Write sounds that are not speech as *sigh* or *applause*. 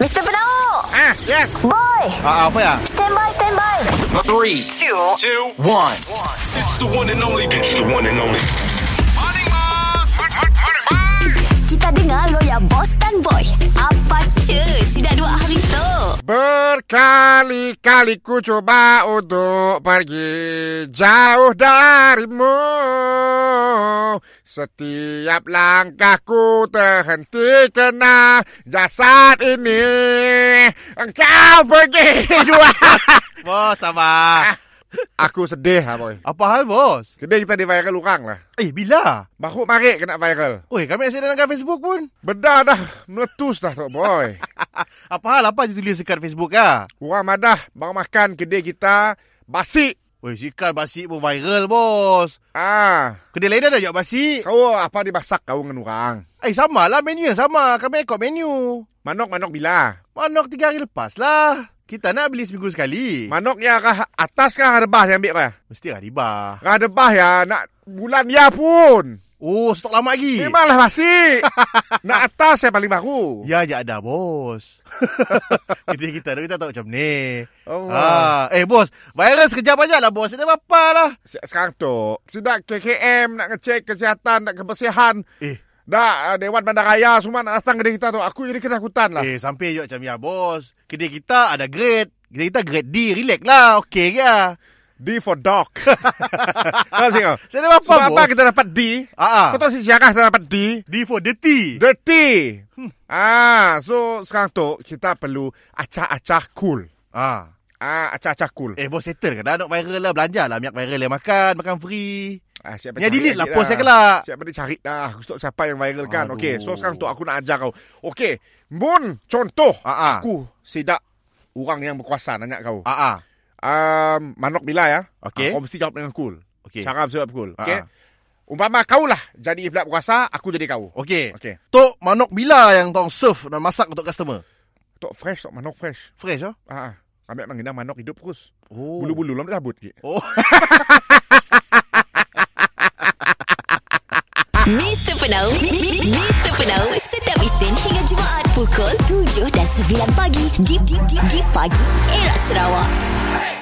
Mr. Penau Ah, yes. Boy Ah, apa ya? Stand by stand by Three, two, two, one. It's the one and only. It's the one and only. Kita dengar lo ya boss dan boy Apa cuy Sudah dua hari tu Berkali-kali ku coba untuk pergi jauh darimu Setiap langkahku terhenti kena jasad ini Engkau pergi *laughs* jua Bos, sabar. Aku sedih lah boy Apa hal, bos? Sedih kita di viral orang lah Eh, bila? Bakuk marik kena viral Oi, kami asyik dalam Facebook pun. Bedah dah meletus dah tu boy Apa hal apa dia tulis dekat Facebook ah? Orang madah baru makan kedai kita Basik Oi, sikat basi pun viral, bos. Ah, Kedai lain dah jual basi. Kau apa dimasak kau dengan orang? Eh, sama lah menu yang sama. Kami ikut menu. Manok-manok bila? Manok tiga hari lepas lah. Kita nak beli seminggu sekali. Manok ya kah atas kah rebah yang ambil kau ya? Mesti lah hari bah. Kah rebah ya nak bulan ya pun. Oh, stok lama lagi. Memanglah *laughs* masih. nak atas saya paling baru. Ya, je ada, bos. *laughs* Kedai kita, kita tahu macam ni. Oh. Allah. Ah, eh, bos. Viral sekejap aja lah, bos. Ini apa lah. Se- Sekarang tu, sidak KKM nak ngecek kesihatan, nak kebersihan. Eh, Dah, ah, Dewan Bandaraya semua nak datang kedai kita tu. Aku jadi ketakutan lah. Eh, sampai juga macam ya, bos. Kedai kita ada grade. Kedai kita grade D. Relax lah. Okey ke? D for *laughs* dog. Tahu sih kau? Saya ada apa, Sebab bos? apa kita dapat D? Ah, Kau tahu si siakah kita dapat D? D for dirty. Dirty. Ah, so sekarang tu kita perlu acah-acah cool. ah. Ah, acah-acah cool. Eh, bos settle ke dah? Nak viral lah. Belanja lah. Minyak viral yang makan. Makan free. Ah, siapa Yang cari delete lah lagi post saya kelak. Siapa dia cari dah. Aku stop siapa yang viral kan. Aduh. Okey, so sekarang tu aku nak ajar kau. Okey, Mun, contoh. Ah, ah. Aku sidak orang yang berkuasa nanya kau. Ah, ah. Um, manok bila ya? Okey. Ah, Kau mesti jawab dengan cool. Okey. Cara mesti jawab cool. Ah, Okey. ah. Umpama kau lah jadi pihak berkuasa, aku jadi kau. Okey. Okey. Tok Manok Bila yang tong serve dan masak untuk customer. Tok fresh, tok manok fresh. Fresh oh. Ah, ah. Ambil mengenang manok hidup terus. Oh. Bulu-bulu lama dia cabut. Okey. Oh. Mr. Penau mi- mi- Mr. Penau Setiap Isnin hingga Jumaat Pukul 7 dan 9 pagi Di, di, di, di pagi Era Sarawak